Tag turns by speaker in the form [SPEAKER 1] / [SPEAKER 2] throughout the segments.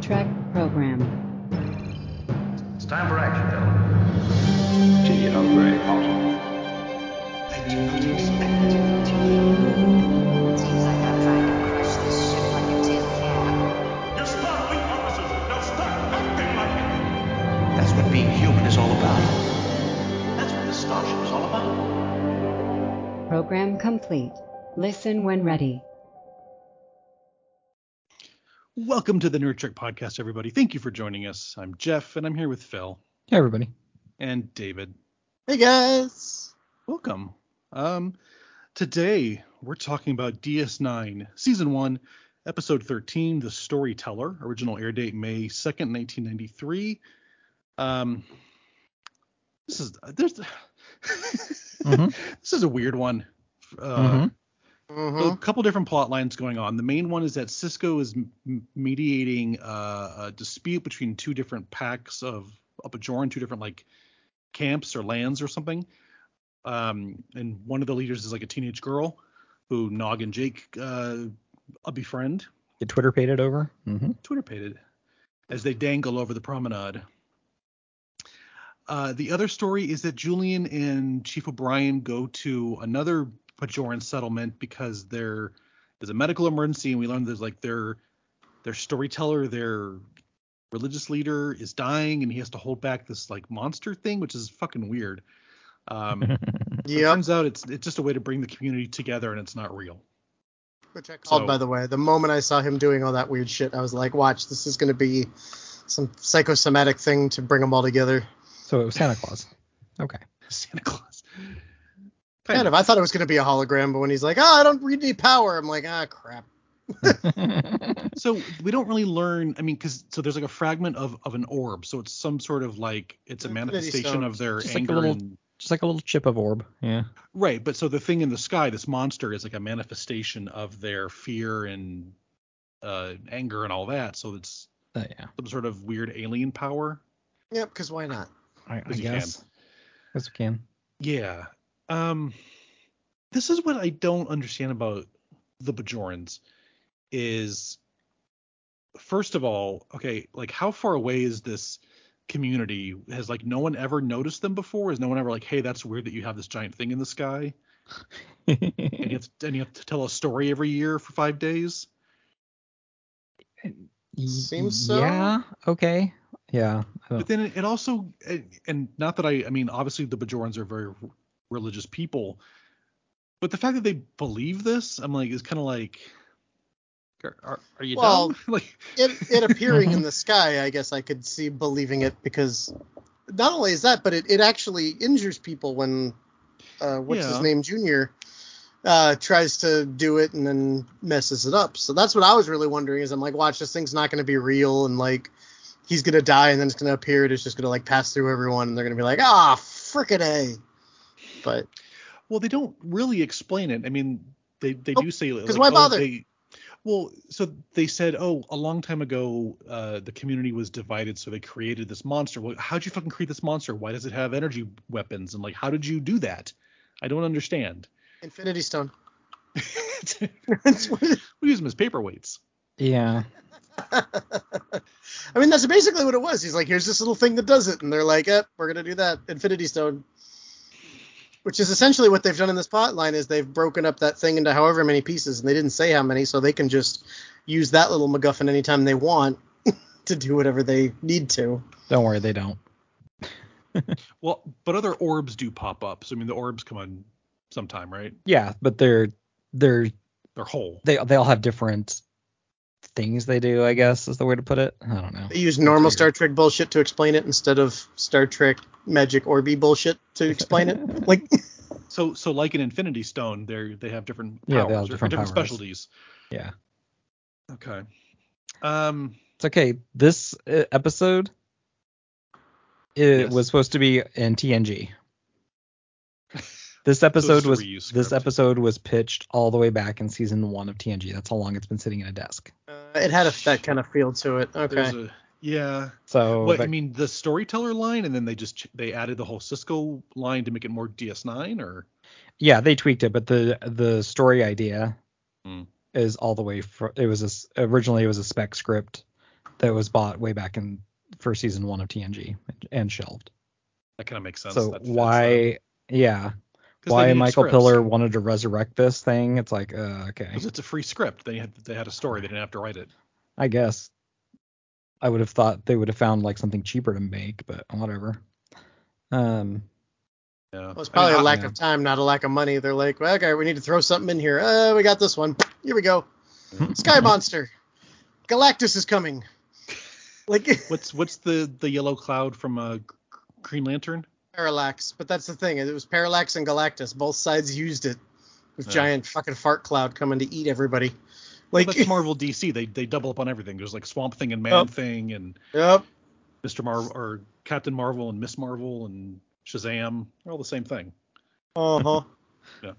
[SPEAKER 1] Trek program.
[SPEAKER 2] It's time for action, gentlemen.
[SPEAKER 3] Do you hungry?
[SPEAKER 4] I do not expect it to be.
[SPEAKER 5] Seems like I'm trying to crush this ship like a tin
[SPEAKER 6] can. You're startling officers. Now start acting like it.
[SPEAKER 7] That's what being human is all about. That's what this starship is all about.
[SPEAKER 1] Program complete. Listen when ready.
[SPEAKER 8] Welcome to the Nerd Trek podcast, everybody. Thank you for joining us. I'm Jeff, and I'm here with Phil.
[SPEAKER 9] Hey, everybody.
[SPEAKER 8] And David.
[SPEAKER 10] Hey, guys.
[SPEAKER 8] Welcome. Um, today we're talking about DS9, Season One, Episode 13, The Storyteller. Original air date May 2nd, 1993. Um, this is there's mm-hmm. this is a weird one. Uh, mm-hmm. Mm-hmm. So a couple different plot lines going on. The main one is that Cisco is m- mediating uh, a dispute between two different packs of up a Joran, two different like camps or lands or something. Um, and one of the leaders is like a teenage girl who Nog and Jake uh, befriend.
[SPEAKER 9] Get Twitter pated over.
[SPEAKER 8] Mm-hmm. Twitter pated as they dangle over the promenade. Uh, the other story is that Julian and Chief O'Brien go to another Bajoran settlement because there is a medical emergency, and we learned there's like their their storyteller, their religious leader is dying, and he has to hold back this like monster thing, which is fucking weird. Um, yeah. Turns out it's it's just a way to bring the community together, and it's not real.
[SPEAKER 10] Which I called, so, by the way. The moment I saw him doing all that weird shit, I was like, "Watch, this is going to be some psychosomatic thing to bring them all together."
[SPEAKER 9] So it was Santa Claus. okay.
[SPEAKER 8] Santa Claus.
[SPEAKER 10] Kind of. I thought it was going to be a hologram, but when he's like, "Oh, I don't read any power," I'm like, "Ah, crap."
[SPEAKER 8] so we don't really learn. I mean, because so there's like a fragment of of an orb, so it's some sort of like it's a manifestation of their
[SPEAKER 9] just
[SPEAKER 8] anger.
[SPEAKER 9] Like little,
[SPEAKER 8] and,
[SPEAKER 9] just like a little chip of orb. Yeah.
[SPEAKER 8] Right, but so the thing in the sky, this monster, is like a manifestation of their fear and uh, anger and all that. So it's
[SPEAKER 9] uh, yeah.
[SPEAKER 8] some sort of weird alien power.
[SPEAKER 10] Yep, because why not?
[SPEAKER 9] I, I guess. Yes, we can.
[SPEAKER 8] Yeah, um this is what i don't understand about the bajorans is first of all okay like how far away is this community has like no one ever noticed them before is no one ever like hey that's weird that you have this giant thing in the sky and, you to, and, you have to, tell a story every year for five days
[SPEAKER 10] seems so
[SPEAKER 9] yeah okay yeah
[SPEAKER 8] but then it, it also it, and not that i i mean obviously the bajorans are very religious people. But the fact that they believe this, I'm like, is kind of like, are, are, are you well, dumb? like,
[SPEAKER 10] it, it appearing in the sky, I guess I could see believing it because not only is that, but it, it actually injures people when uh, what's yeah. his name, Junior, uh, tries to do it and then messes it up. So that's what I was really wondering is I'm like, watch, this thing's not going to be real and like he's going to die and then it's going to appear and it's just going to like pass through everyone and they're going to be like, ah, oh, frickin' A but
[SPEAKER 8] well they don't really explain it i mean they they
[SPEAKER 10] oh,
[SPEAKER 8] do say
[SPEAKER 10] because like, why bother
[SPEAKER 8] oh, they, well so they said oh a long time ago uh, the community was divided so they created this monster well how'd you fucking create this monster why does it have energy weapons and like how did you do that i don't understand
[SPEAKER 10] infinity stone
[SPEAKER 8] we use them as paperweights
[SPEAKER 9] yeah
[SPEAKER 10] i mean that's basically what it was he's like here's this little thing that does it and they're like eh, we're gonna do that infinity stone which is essentially what they've done in this plot line is they've broken up that thing into however many pieces and they didn't say how many so they can just use that little macguffin anytime they want to do whatever they need to
[SPEAKER 9] don't worry they don't
[SPEAKER 8] well but other orbs do pop up so i mean the orbs come on sometime right
[SPEAKER 9] yeah but they're they're
[SPEAKER 8] they're whole
[SPEAKER 9] they, they all have different things they do i guess is the way to put it i don't know
[SPEAKER 10] they use normal That's star weird. trek bullshit to explain it instead of star trek magic orby bullshit to explain it. Like
[SPEAKER 8] so so like an Infinity Stone, they they have different
[SPEAKER 9] powers
[SPEAKER 8] yeah, they
[SPEAKER 9] have different,
[SPEAKER 8] or, or
[SPEAKER 9] powers.
[SPEAKER 8] different specialties.
[SPEAKER 9] Yeah.
[SPEAKER 8] Okay. Um
[SPEAKER 9] it's okay. This uh, episode it yes. was supposed to be in TNG. This episode was this episode was pitched all the way back in season 1 of TNG. That's how long it's been sitting in a desk.
[SPEAKER 10] Uh, it had a, that kind of feel to it. Okay.
[SPEAKER 8] Yeah.
[SPEAKER 9] So
[SPEAKER 8] what, I mean, the storyteller line, and then they just they added the whole Cisco line to make it more DS9, or?
[SPEAKER 9] Yeah, they tweaked it, but the the story
[SPEAKER 8] Hmm.
[SPEAKER 9] idea mm. is all the way. From, it was a, originally it was a spec script that was bought way back in for season one of TNG and shelved.
[SPEAKER 8] That kind of makes sense.
[SPEAKER 9] So
[SPEAKER 8] That fits
[SPEAKER 9] why,
[SPEAKER 8] that.
[SPEAKER 9] yeah,
[SPEAKER 8] 'Cause they
[SPEAKER 9] why
[SPEAKER 8] needed
[SPEAKER 9] Michael
[SPEAKER 8] scripts.
[SPEAKER 9] Pillar wanted to resurrect this thing? It's like, uh, okay,
[SPEAKER 8] 'Cause it's a free script. They had they had a story. They didn't have to write it.
[SPEAKER 9] I guess I would have thought they would have found like something cheaper to make, but whatever. Um,
[SPEAKER 8] Yeah.
[SPEAKER 10] Well, it's probably
[SPEAKER 8] I mean,
[SPEAKER 10] a lack
[SPEAKER 9] yeah.
[SPEAKER 10] of time, not a lack of money. They're like, well, okay, we need to throw something in here. Uh, we got this one. Here we go.
[SPEAKER 8] Mm-hmm.
[SPEAKER 10] Sky Monster. Galactus is coming. Like
[SPEAKER 8] What's what's the the yellow cloud from uh, G- Green Lantern?
[SPEAKER 10] Parallax, but that's the thing. It was Parallax and Galactus. Both sides used it with
[SPEAKER 8] Yeah.
[SPEAKER 10] giant fucking fart cloud coming to eat everybody.
[SPEAKER 8] Like
[SPEAKER 10] Like,
[SPEAKER 8] well, that's Marvel DC. They they double up on everything. There's like Swamp Thing and Man
[SPEAKER 10] Oh.
[SPEAKER 8] Thing and
[SPEAKER 10] yep.
[SPEAKER 8] Mr. Marvel or Captain Marvel and Miss Marvel and Shazam. They're all the same thing.
[SPEAKER 10] Uh
[SPEAKER 8] Uh-huh.
[SPEAKER 10] huh.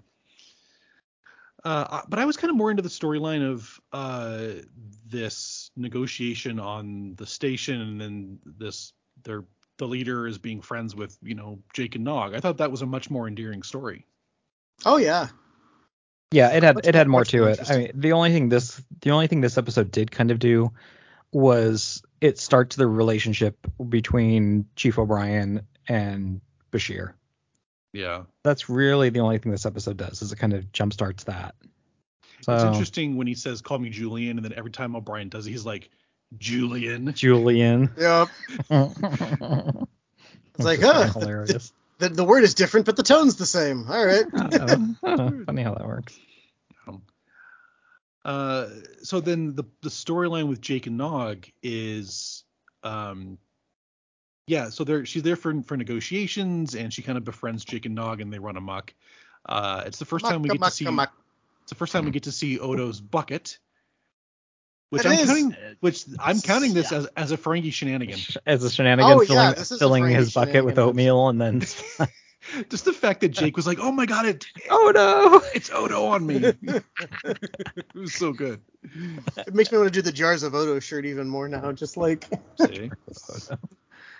[SPEAKER 8] Uh, I- but I was kind of more into the storyline of uh, this negotiation on the station, and then this their the leader is being friends with you know Jake and Nog. I thought that was a much more endearing story.
[SPEAKER 10] Oh yeah.
[SPEAKER 9] Yeah, it had
[SPEAKER 10] Much
[SPEAKER 9] it
[SPEAKER 10] more-
[SPEAKER 9] had more
[SPEAKER 10] much
[SPEAKER 9] to
[SPEAKER 10] more
[SPEAKER 9] it. I
[SPEAKER 10] interesting.
[SPEAKER 9] mean, the only thing this the only thing this episode did kind of do was it starts the relationship between Chief O'Brien and Bashir.
[SPEAKER 8] Yeah,
[SPEAKER 9] That's really the only thing this episode does is it kind of jumpstarts that.
[SPEAKER 8] it's
[SPEAKER 9] So
[SPEAKER 8] interesting when he says "Call me Julian," and then every time O'Brien does, it, he's like Julian.
[SPEAKER 9] Julian.
[SPEAKER 10] Yep.
[SPEAKER 9] it's
[SPEAKER 10] It's like,
[SPEAKER 9] just kinda
[SPEAKER 10] huh.
[SPEAKER 9] hilarious.
[SPEAKER 10] The, the word is different, but the tone's the same. All right.
[SPEAKER 9] Funny how that works.
[SPEAKER 8] Uh, so then the the storyline with Jake and Nog is um yeah, so they're she's there for for negotiations and she kind of befriends Jake and Nog and they run amok. Uh it's the first time we get to see it's the first time we get to see Odo's bucket. Which
[SPEAKER 10] It
[SPEAKER 8] I'm
[SPEAKER 10] is.
[SPEAKER 8] counting which I'm counting this as as a Ferengi shenanigan.
[SPEAKER 9] As a shenanigan
[SPEAKER 10] Oh, yeah,
[SPEAKER 9] filling,
[SPEAKER 10] this is a
[SPEAKER 9] filling
[SPEAKER 10] Frankie
[SPEAKER 9] his bucket with
[SPEAKER 10] shenanigan.
[SPEAKER 9] oatmeal and then
[SPEAKER 8] Just the fact that Jake was like, "Oh my god, it
[SPEAKER 9] oh no.
[SPEAKER 8] it's Odo on me." it was so good.
[SPEAKER 10] It makes me want to do the Jars of Odo shirt even more now. Just like
[SPEAKER 8] See?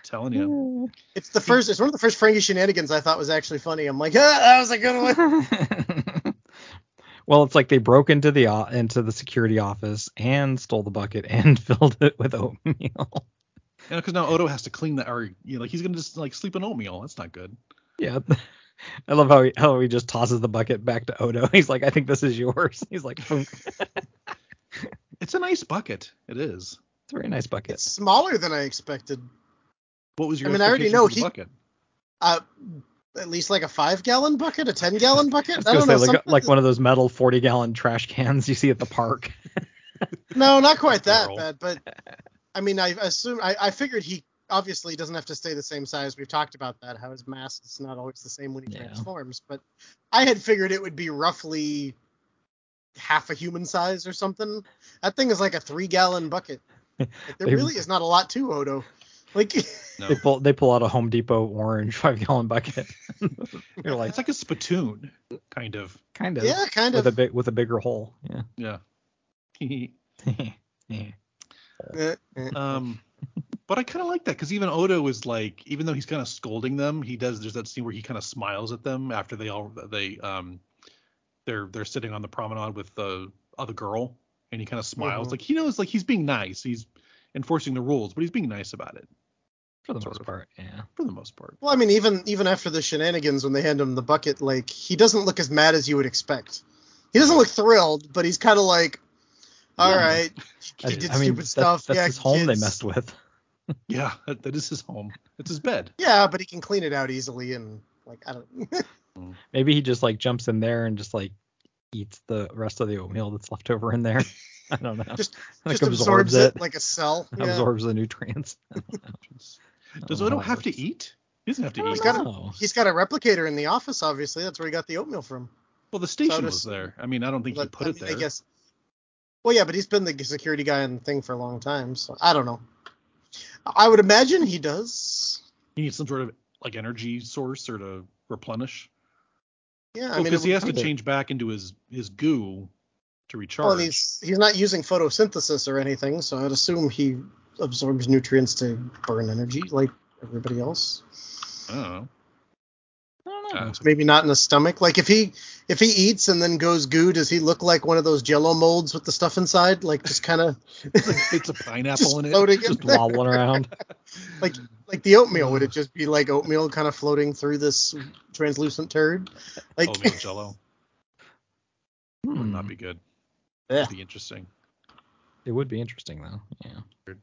[SPEAKER 8] Telling you.
[SPEAKER 10] it's the first. It's one of the first Frankie shenanigans I thought was actually funny. I'm like, ah, that was a good one.
[SPEAKER 9] well, it's like they broke into the o- into the security office and stole the bucket and filled it with oatmeal.
[SPEAKER 8] You because now Odo has to clean that, or you know, like he's gonna just like sleep in oatmeal. That's not good.
[SPEAKER 9] yeah. I love how he, how he just tosses the bucket back to Odo. He's like, I think this is yours. He's like, "Boom."
[SPEAKER 8] It's a nice bucket. It is.
[SPEAKER 9] it's a very nice bucket.
[SPEAKER 10] It's smaller than I expected.
[SPEAKER 8] What was your?
[SPEAKER 10] I mean, I already
[SPEAKER 8] expectation
[SPEAKER 10] know
[SPEAKER 8] for the
[SPEAKER 10] he-
[SPEAKER 8] bucket?
[SPEAKER 10] Uh, at least like a five gallon bucket, a ten gallon
[SPEAKER 9] I
[SPEAKER 10] bucket.
[SPEAKER 9] was
[SPEAKER 10] I,
[SPEAKER 9] gonna
[SPEAKER 10] don't
[SPEAKER 9] say
[SPEAKER 10] know.
[SPEAKER 9] like,
[SPEAKER 10] something-
[SPEAKER 9] like one of those metal 40 gallon trash cans you see at the park.
[SPEAKER 10] No, not quite that
[SPEAKER 8] Girl.
[SPEAKER 10] bad, but I mean, I assume I, I figured he obviously doesn't have to stay the same size. We've talked about that, how his mass is not always the same when he
[SPEAKER 9] Yeah.
[SPEAKER 10] transforms. But I had figured it would be roughly half a human size or something. That thing is like a three gallon bucket. Like, there
[SPEAKER 9] They-
[SPEAKER 10] really is not a lot to Odo. Like
[SPEAKER 8] No.
[SPEAKER 9] They pull they pull out a Home Depot orange five gallon bucket. You're like,
[SPEAKER 8] it's like a spittoon, kind of.
[SPEAKER 9] kind of.
[SPEAKER 10] yeah, kind
[SPEAKER 9] with
[SPEAKER 10] of.
[SPEAKER 9] a big with a bigger hole.
[SPEAKER 8] Yeah.
[SPEAKER 9] Yeah. yeah.
[SPEAKER 10] Eh, eh.
[SPEAKER 8] um, but I kind of like that because even Odo is like, even though he's kind of scolding them, he does. There's that scene where he kind of smiles at them after they all they um, they're they're sitting on the promenade with the other girl, and he kind of smiles.
[SPEAKER 10] Mhm.
[SPEAKER 8] Like he knows, like he's being nice. He's enforcing the rules, but he's being nice about it
[SPEAKER 9] for the
[SPEAKER 8] Sort
[SPEAKER 9] most
[SPEAKER 8] of.
[SPEAKER 9] part. Yeah.
[SPEAKER 8] for the most part.
[SPEAKER 10] Well, I mean, even even after the shenanigans when they hand him the bucket, like he doesn't look as mad as you would expect. He doesn't look thrilled, but he's kind of like, all
[SPEAKER 9] Yeah.
[SPEAKER 10] right, he
[SPEAKER 9] I-
[SPEAKER 10] did
[SPEAKER 9] I mean,
[SPEAKER 10] stupid
[SPEAKER 9] that's-
[SPEAKER 10] stuff.
[SPEAKER 9] That's
[SPEAKER 10] yeah,
[SPEAKER 9] his home they
[SPEAKER 10] kids.
[SPEAKER 9] messed with.
[SPEAKER 8] Yeah, that, that is his home. It's his bed.
[SPEAKER 10] Yeah, but he can clean it out easily and like I don't.
[SPEAKER 9] Maybe he just like jumps in there and just like eats the rest of the oatmeal that's left over in there. I don't know.
[SPEAKER 10] Just-
[SPEAKER 9] like
[SPEAKER 10] just absorbs it, like a cell. Yeah.
[SPEAKER 9] absorbs the nutrients. I don't know. I don't
[SPEAKER 8] Does
[SPEAKER 9] know
[SPEAKER 8] Odo
[SPEAKER 9] how it
[SPEAKER 8] have to
[SPEAKER 9] works.
[SPEAKER 8] eat? He doesn't have to
[SPEAKER 9] I
[SPEAKER 8] eat.
[SPEAKER 10] got
[SPEAKER 9] don't know.
[SPEAKER 10] Oh, He's got a replicator in the office, obviously. That's where he got the oatmeal from.
[SPEAKER 8] Well, the station
[SPEAKER 10] Otis-
[SPEAKER 8] was there. I mean, I don't think he
[SPEAKER 10] But,
[SPEAKER 8] put
[SPEAKER 10] I
[SPEAKER 8] it
[SPEAKER 10] mean,
[SPEAKER 8] there.
[SPEAKER 10] I guess. Well, yeah, but he's been the security guy in the thing for a long time, so I don't know. I would imagine he does.
[SPEAKER 8] He needs some sort of like energy source or to replenish.
[SPEAKER 10] Yeah,
[SPEAKER 8] Well,
[SPEAKER 10] I mean, it
[SPEAKER 8] because he
[SPEAKER 10] would
[SPEAKER 8] has to
[SPEAKER 10] kinda-
[SPEAKER 8] change back into his his goo to recharge.
[SPEAKER 10] Well, and he's he's not using photosynthesis or anything, so I'd assume he absorbs nutrients to burn energy like everybody else.
[SPEAKER 8] I don't
[SPEAKER 9] I
[SPEAKER 8] know.
[SPEAKER 9] don't
[SPEAKER 8] Oh.
[SPEAKER 10] Maybe not in the stomach. Like if he if he eats and then goes goo, does he look like one of those Jello molds with the stuff inside? Like just kind of
[SPEAKER 8] it's a pineapple in it,
[SPEAKER 10] floating in
[SPEAKER 9] just
[SPEAKER 10] there.
[SPEAKER 9] wobbling around.
[SPEAKER 10] like like the oatmeal would it just be like oatmeal kind of floating through this translucent turd? Like
[SPEAKER 8] oatmeal Jello Oh, would not be good.
[SPEAKER 10] Yeah.
[SPEAKER 8] Be interesting.
[SPEAKER 9] Hmm. It would be interesting though. Yeah.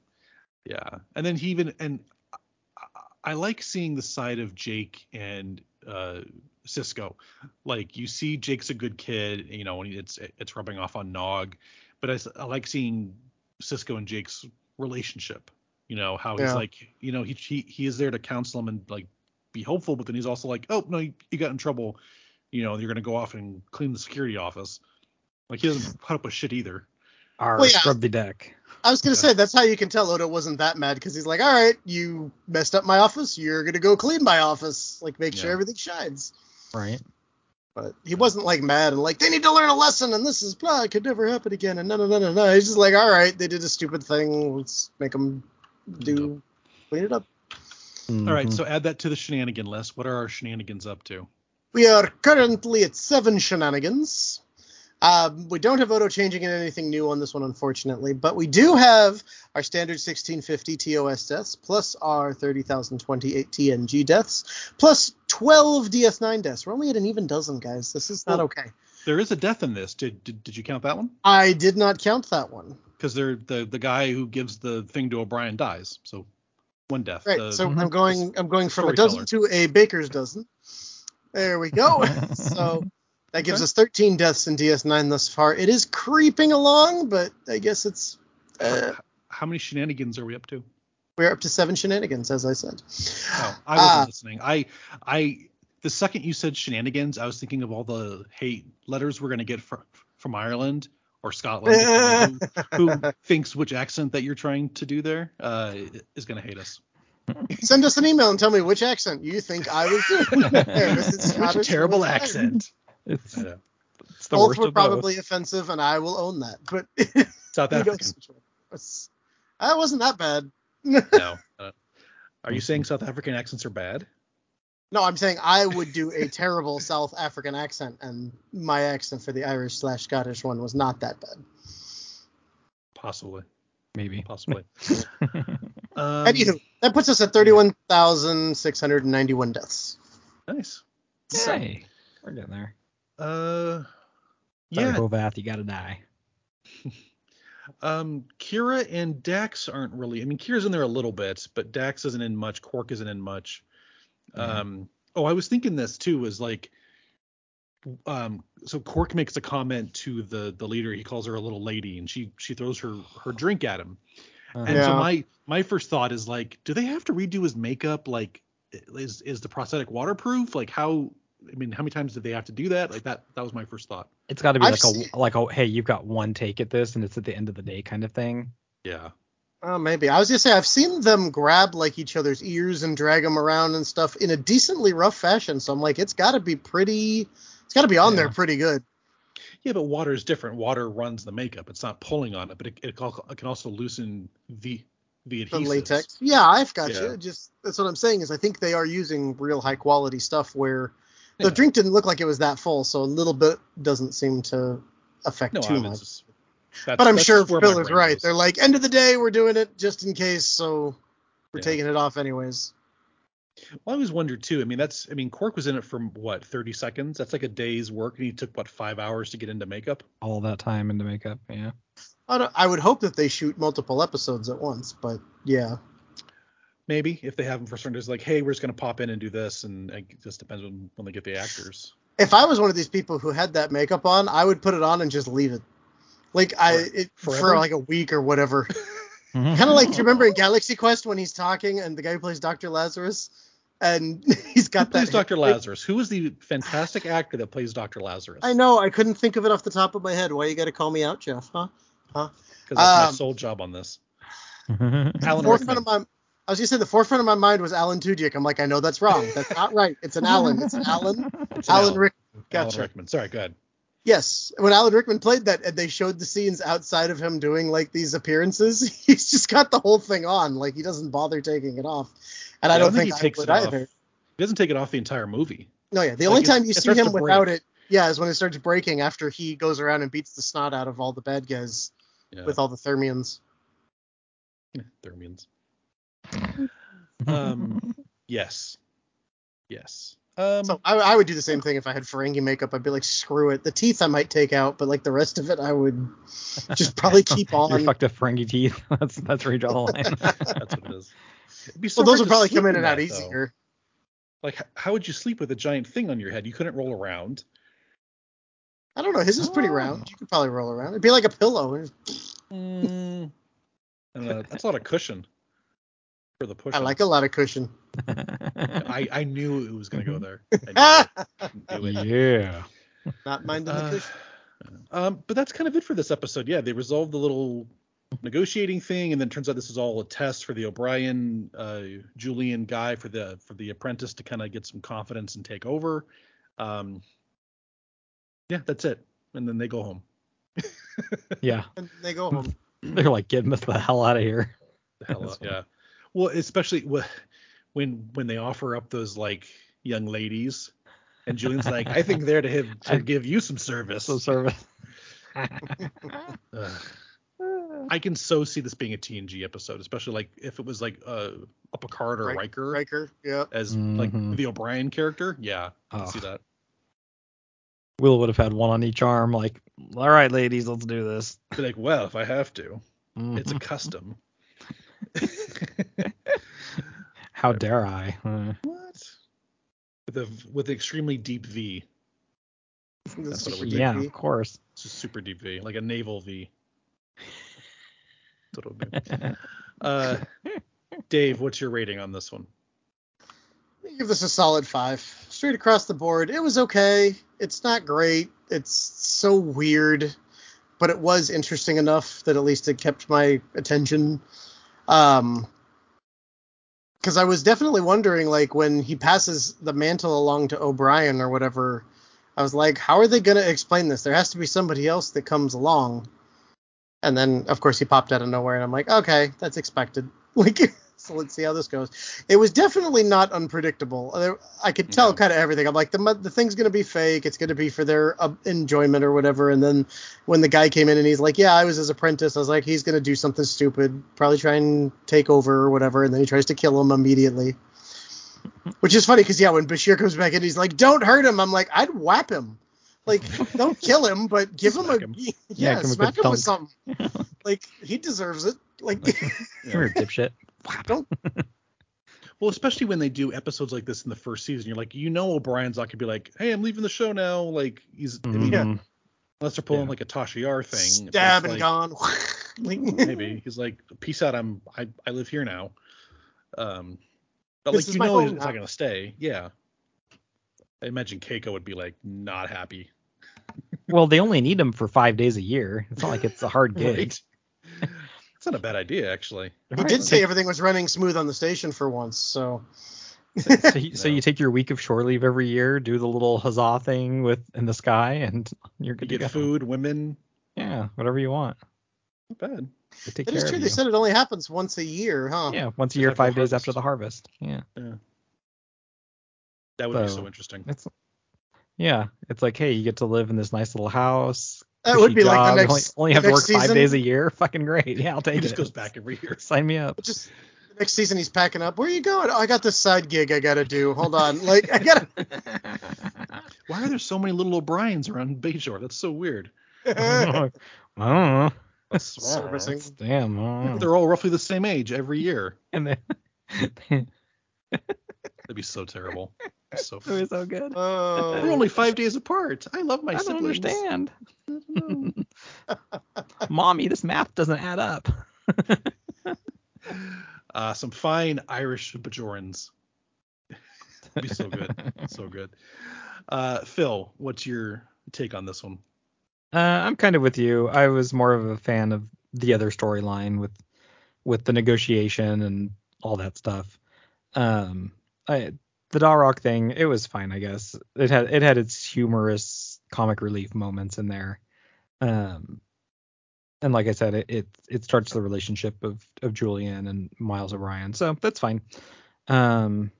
[SPEAKER 8] Yeah, and then he even and I like seeing the side of Jake and uh, Cisco. Like you see, Jake's a good kid, you know, and it's it's rubbing off on Nog, but I, I like seeing Cisco and Jake's relationship. You know how he's
[SPEAKER 10] Yeah.
[SPEAKER 8] like, you know, he, he he is there to counsel him and like be hopeful, but then he's also like, oh no, you, you got in trouble, you know, you're gonna go off and clean the security office. Like he doesn't put up with shit either.
[SPEAKER 9] Our
[SPEAKER 10] Well, yeah.
[SPEAKER 9] scrub the deck.
[SPEAKER 10] I was gonna
[SPEAKER 8] Yeah.
[SPEAKER 10] say that's how you can tell Oda wasn't that mad because he's like, all right, you messed up my office. You're gonna go clean my office, like make sure
[SPEAKER 8] Yeah.
[SPEAKER 10] everything shines.
[SPEAKER 9] Right.
[SPEAKER 10] But he wasn't like mad and like they need to learn a lesson and this is blah, it could never happen again and no no no no no. He's just like, all right, they did a stupid thing. Let's make them do clean it up. Mm-hmm.
[SPEAKER 8] All
[SPEAKER 9] Mm-hmm.
[SPEAKER 8] right, so add that to the shenanigan list. What are our shenanigans up to?
[SPEAKER 10] We are currently at seven shenanigans. Um, we don't have Odo changing in anything new on this one, unfortunately, but we do have our standard 1650 TOS deaths, plus our 30,028 TNG deaths, plus 12 DS9 deaths. We're only at an even dozen, guys. This is not
[SPEAKER 8] Well-
[SPEAKER 10] okay.
[SPEAKER 8] There is a death in this. Did did, did you count that one?
[SPEAKER 10] I did not count that one.
[SPEAKER 8] Because they're the the guy who gives the thing to O'Brien dies. So one death.
[SPEAKER 10] Right,
[SPEAKER 8] The-
[SPEAKER 10] so I'm going. I'm going from a
[SPEAKER 8] Storyteller.
[SPEAKER 10] dozen to a baker's dozen. There we go. so that gives
[SPEAKER 8] Okay.
[SPEAKER 10] us 13 deaths in DS9 thus far. It is creeping along, but I guess it's. Uh,
[SPEAKER 8] how many shenanigans are we up to?
[SPEAKER 10] we're up to seven shenanigans, as I said.
[SPEAKER 8] Oh, I wasn't
[SPEAKER 10] Ah.
[SPEAKER 8] listening. I I the second you said shenanigans, I was thinking of all the hate letters we're gonna get from from Ireland or Scotland, depending who, who thinks which accent that you're trying to do there uh, is gonna hate us.
[SPEAKER 10] Send us an email and tell me which accent you think I was doing. There, this is
[SPEAKER 8] Which
[SPEAKER 10] Scottish
[SPEAKER 8] terrible
[SPEAKER 10] or Irish.
[SPEAKER 8] accent.
[SPEAKER 9] It's,
[SPEAKER 8] I know.
[SPEAKER 9] it's the
[SPEAKER 10] Both
[SPEAKER 9] worst
[SPEAKER 10] were
[SPEAKER 9] of both.
[SPEAKER 10] probably offensive, and I will own that. But
[SPEAKER 8] South
[SPEAKER 10] you
[SPEAKER 8] African.
[SPEAKER 10] don't- that wasn't that bad.
[SPEAKER 8] No. Uh, Are you saying South African accents are bad?
[SPEAKER 10] No, I'm saying I would do a terrible South African accent, and my accent for the Irish slash Scottish one was not that bad.
[SPEAKER 8] Possibly.
[SPEAKER 9] maybe.
[SPEAKER 8] Possibly. um,
[SPEAKER 10] Anywho, that puts us at 31,691 deaths.
[SPEAKER 8] Nice.
[SPEAKER 9] Hey, we're getting there.
[SPEAKER 8] Uh,
[SPEAKER 9] Yeah.
[SPEAKER 8] yeah.
[SPEAKER 9] Hovath, you gotta die.
[SPEAKER 8] Um, Kira and Dax aren't really. I mean, Kira's in there a little bit, but Dax isn't in much. Quark isn't in much. Um. Oh, I was thinking this too. Is like. Um. So Quark makes a comment to the the leader. He calls her a little lady, and she she throws her her drink at him. And so
[SPEAKER 10] Yeah.
[SPEAKER 8] my my first thought is like, do they have to redo his makeup? Like, is is the prosthetic waterproof? Like, how? I mean, how many times did they have to do that? Like that that was my first thought.
[SPEAKER 9] It's got to be
[SPEAKER 10] I've
[SPEAKER 9] like
[SPEAKER 10] seen-
[SPEAKER 9] a like a hey, you've got one take at this, and it's at the end of the day kind of thing.
[SPEAKER 8] Yeah.
[SPEAKER 10] Oh, maybe. I was gonna say I've seen them grab like each other's ears and drag them around and stuff in a decently rough fashion. So I'm like, it's got to be pretty. It's got to be on there
[SPEAKER 9] Yeah.
[SPEAKER 10] pretty good.
[SPEAKER 8] Yeah, but water is different. Water runs the makeup. It's not pulling on it, but it, it, cal- it can also loosen the the
[SPEAKER 10] The
[SPEAKER 8] adhesive.
[SPEAKER 10] latex. Yeah, I've got
[SPEAKER 8] Yeah.
[SPEAKER 10] you. Just that's what I'm saying is I think they are using real high quality stuff where the
[SPEAKER 8] Yeah.
[SPEAKER 10] drink didn't look like it was that full, so a little bit doesn't seem to affect
[SPEAKER 8] No, I
[SPEAKER 10] too
[SPEAKER 8] was
[SPEAKER 10] much.
[SPEAKER 8] just- that's-
[SPEAKER 10] But I'm
[SPEAKER 8] that's
[SPEAKER 10] sure
[SPEAKER 8] just where my
[SPEAKER 10] Phil is
[SPEAKER 8] brain
[SPEAKER 10] right.
[SPEAKER 8] goes.
[SPEAKER 10] They're like, end of the day, we're doing it just in case, so we're
[SPEAKER 8] Yeah.
[SPEAKER 10] taking it off anyways.
[SPEAKER 8] Well, I always wonder too. I mean, that's. I mean, Quark was in it for what 30 seconds. That's like a day's work, and he took what five hours to get into makeup.
[SPEAKER 9] All that time into makeup. Yeah.
[SPEAKER 10] I, don't, I would hope that they shoot multiple episodes at once, but yeah.
[SPEAKER 8] Maybe if they have him for certain, it's like, hey, we're just gonna pop in and do this, and it just depends on when they get the actors.
[SPEAKER 10] if I was one of these people who had that makeup on, I would put it on and just leave it. Like I
[SPEAKER 8] For-
[SPEAKER 10] it, for
[SPEAKER 8] forever?
[SPEAKER 10] like a week or whatever. kind of like do you remember in Galaxy Quest when he's talking and the guy who plays Dr. Lazarus and he's got
[SPEAKER 8] Who plays
[SPEAKER 10] that
[SPEAKER 8] Dr. Lazarus? Who is the fantastic actor that plays Dr. Lazarus?
[SPEAKER 10] I know, I couldn't think of it off the top of my head. Why you got to call me out, Jeff, huh?
[SPEAKER 8] Because that's my
[SPEAKER 10] Um,
[SPEAKER 8] sole job on this.
[SPEAKER 9] Mhm.
[SPEAKER 8] Alan Rickman.
[SPEAKER 10] Forefront of my I was gonna say the forefront of my mind was Alan Tudyk. I'm like, I know that's wrong. That's not right. It's an Alan. It's an Alan.
[SPEAKER 8] It's an
[SPEAKER 10] Alan Rick.
[SPEAKER 8] Alan
[SPEAKER 10] Gotcha.
[SPEAKER 8] Rickman. Sorry, go ahead.
[SPEAKER 10] Yes, when Alan Rickman played that, and they showed the scenes outside of him doing like these appearances, he's just got the whole thing on. Like he doesn't bother taking it off, and I
[SPEAKER 8] Yeah,
[SPEAKER 10] don't think, I
[SPEAKER 8] he takes
[SPEAKER 10] would
[SPEAKER 8] it off.
[SPEAKER 10] either.
[SPEAKER 8] He doesn't take it off the entire movie.
[SPEAKER 10] No, yeah. The like only time you see him without break. it, yeah, is when it starts breaking after he goes around and beats the snot out of all the bad guys yeah. with all the thermians.
[SPEAKER 8] Yeah, thermians. um, yes. Yes. Um,
[SPEAKER 10] so I, I, would do the same thing if I had Ferengi makeup. I'd be like, screw it. The teeth I might take out, but like the rest of it, I would just probably keep on.
[SPEAKER 9] You're fucked up Ferengi teeth. that's that's where you draw the line.
[SPEAKER 8] that's what it is.
[SPEAKER 10] So well, those would probably come in and out easier.
[SPEAKER 8] Though. Like, how would you sleep with a giant thing on your head? You couldn't roll around.
[SPEAKER 10] I don't know. His is pretty oh. round. You could probably roll around. It'd be like a pillow.
[SPEAKER 8] mm. and, uh, that's a lot of cushion for the push. I
[SPEAKER 10] like a lot of cushion.
[SPEAKER 8] I, I knew it was going to go there.
[SPEAKER 9] yeah.
[SPEAKER 10] Not minding uh, the cushion.
[SPEAKER 8] Um, but that's kind of it for this episode. Yeah, they resolved the little negotiating thing, and then turns out this is all a test for the O'Brien uh, Julian guy for the for the apprentice to kind of get some confidence and take over. Um, yeah, that's it. And then they go home.
[SPEAKER 9] yeah.
[SPEAKER 10] And they go home.
[SPEAKER 9] They're like, getting us the hell out of here.
[SPEAKER 8] The hell out, yeah. Well, especially when when they offer up those like young ladies, and Julian's like, I think they're to, have, to give you some service.
[SPEAKER 9] Some service.
[SPEAKER 8] uh, I can so see this being a TNG episode, especially like if it was like uh, a Picard or Riker.
[SPEAKER 10] Riker, yeah.
[SPEAKER 8] As mm-hmm. like the O'Brien character, yeah, I can oh. see that.
[SPEAKER 9] Will would have had one on each arm, like, all right, ladies, let's do this.
[SPEAKER 8] Be like, well, if I have to, mm-hmm. it's a custom.
[SPEAKER 9] How dare I?
[SPEAKER 8] Uh, what? With a with an extremely deep V.
[SPEAKER 9] That's what it would yeah, be. of course.
[SPEAKER 8] It's a super deep V, like a naval V. uh, Dave, what's your rating on this one?
[SPEAKER 10] give this a solid five straight across the board it was okay it's not great it's so weird but it was interesting enough that at least it kept my attention um because i was definitely wondering like when he passes the mantle along to o'brien or whatever i was like how are they going to explain this there has to be somebody else that comes along and then of course he popped out of nowhere and i'm like okay that's expected like so let's see how this goes. It was definitely not unpredictable. I could tell no. kind of everything. I'm like, the, the thing's going to be fake. It's going to be for their uh, enjoyment or whatever. And then when the guy came in and he's like, yeah, I was his apprentice. I was like, he's going to do something stupid, probably try and take over or whatever. And then he tries to kill him immediately. Which is funny because, yeah, when Bashir comes back in, he's like, don't hurt him. I'm like, I'd whap him. Like, don't kill him, but give him a him. yeah, yeah smack him, him with something. like, he deserves it. Like, like
[SPEAKER 9] come here, dipshit.
[SPEAKER 10] Don't.
[SPEAKER 8] well, especially when they do episodes like this in the first season, you're like, you know, O'Brien's not gonna be like, hey, I'm leaving the show now. Like he's, mm-hmm. I mean,
[SPEAKER 9] Mm.
[SPEAKER 8] yeah. unless they're pulling yeah. like a Tasha Yar thing,
[SPEAKER 10] stab and like, gone.
[SPEAKER 8] maybe he's like, peace out. I'm, I, I live here now. Um, but
[SPEAKER 10] this
[SPEAKER 8] like you know, he's
[SPEAKER 10] now.
[SPEAKER 8] not gonna stay. Yeah. I imagine Keiko would be like not happy.
[SPEAKER 9] well, they only need him for five days a year. It's not like it's a hard gig. Right?
[SPEAKER 8] It's not a bad idea, actually.
[SPEAKER 10] He did say everything was running smooth on the station for once, so.
[SPEAKER 9] so, so, you, no. so, you, take your week of shore leave every year, do the little huzzah thing with in the sky, and you're good
[SPEAKER 8] you
[SPEAKER 9] to
[SPEAKER 8] get go. food, women.
[SPEAKER 9] Yeah, whatever you want.
[SPEAKER 8] Not bad.
[SPEAKER 10] They that is true. They you. said it only happens once a year, huh?
[SPEAKER 9] Yeah, once a year, five days harvest. after the harvest. Yeah.
[SPEAKER 8] yeah. That would so, be so interesting.
[SPEAKER 9] It's, yeah, it's like, hey, you get to live in this nice little house,
[SPEAKER 10] that would be job. like the next.
[SPEAKER 9] Only, only have
[SPEAKER 10] to
[SPEAKER 9] work
[SPEAKER 10] season.
[SPEAKER 9] five days a year. Fucking great. Yeah, I'll take
[SPEAKER 8] he
[SPEAKER 9] it.
[SPEAKER 8] Just goes back every year.
[SPEAKER 9] Sign me up.
[SPEAKER 10] Just the next season he's packing up. Where are you going? Oh, I got this side gig I gotta do. Hold on. Like I gotta.
[SPEAKER 8] Why are there so many little O'Briens around Bayshore? That's so weird.
[SPEAKER 9] I don't know.
[SPEAKER 10] Servicing.
[SPEAKER 9] Damn.
[SPEAKER 8] They're all roughly the same age every year.
[SPEAKER 9] And then. They...
[SPEAKER 8] That'd be so terrible. So
[SPEAKER 9] it was so good.
[SPEAKER 10] Oh.
[SPEAKER 8] We're only five days apart. I love my I siblings.
[SPEAKER 9] I don't understand. Mommy, this math doesn't add up.
[SPEAKER 8] uh, some fine Irish Bajorans. That'd be so good. so good. Uh, Phil, what's your take on this one?
[SPEAKER 9] Uh, I'm kind of with you. I was more of a fan of the other storyline with with the negotiation and all that stuff. Um, I the Darrock thing, it was fine, I guess. It had it had its humorous comic relief moments in there. Um and like I said, it it, it starts the relationship of of Julian and Miles O'Brien. So that's fine. Um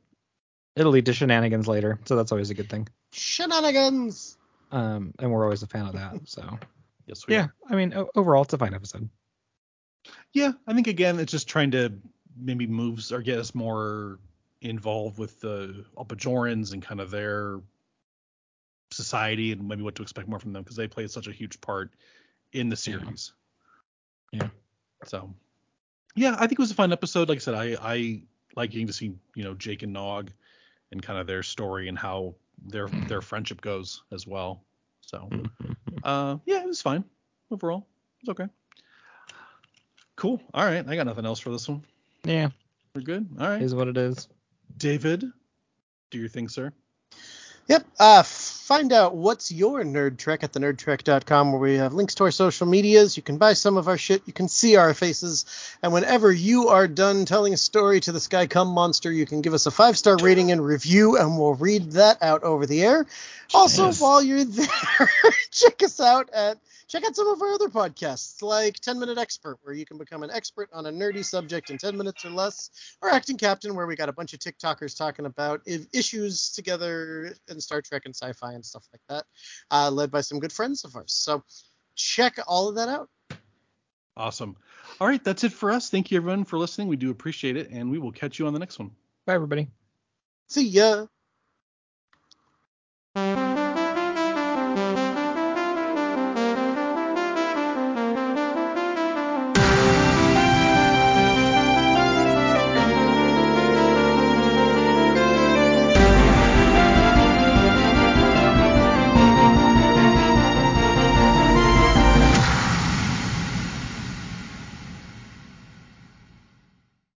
[SPEAKER 9] it'll lead to shenanigans later, so that's always a good thing.
[SPEAKER 10] Shenanigans.
[SPEAKER 9] Um, and we're always a fan of that. So
[SPEAKER 8] yes,
[SPEAKER 9] yeah. Are. I mean, o- overall, it's a fine episode.
[SPEAKER 8] Yeah, I think again, it's just trying to maybe moves or get us more involved with the Alpajorans and kind of their society and maybe what to expect more from them because they played such a huge part in the series.
[SPEAKER 9] Yeah. yeah.
[SPEAKER 8] So, yeah, I think it was a fun episode. Like I said, I I like getting to see you know Jake and Nog and kind of their story and how their their friendship goes as well. So, uh, yeah, it was fine overall. It's okay. Cool. All right, I got nothing else for this one.
[SPEAKER 9] Yeah,
[SPEAKER 8] we're good. All right,
[SPEAKER 9] is what it is.
[SPEAKER 8] David, do your thing, sir.
[SPEAKER 10] Yep. Uh, find out what's your nerd trek at thenerdtrek.com, where we have links to our social medias. You can buy some of our shit. You can see our faces. And whenever you are done telling a story to the Sky Come monster, you can give us a five star rating and review, and we'll read that out over the air. Jeez. Also, while you're there, check us out at check out some of our other podcasts like 10 minute expert where you can become an expert on a nerdy subject in 10 minutes or less or acting captain where we got a bunch of tiktokers talking about issues together in star trek and sci-fi and stuff like that uh, led by some good friends of ours so check all of that out
[SPEAKER 8] awesome all right that's it for us thank you everyone for listening we do appreciate it and we will catch you on the next one
[SPEAKER 9] bye everybody
[SPEAKER 10] see ya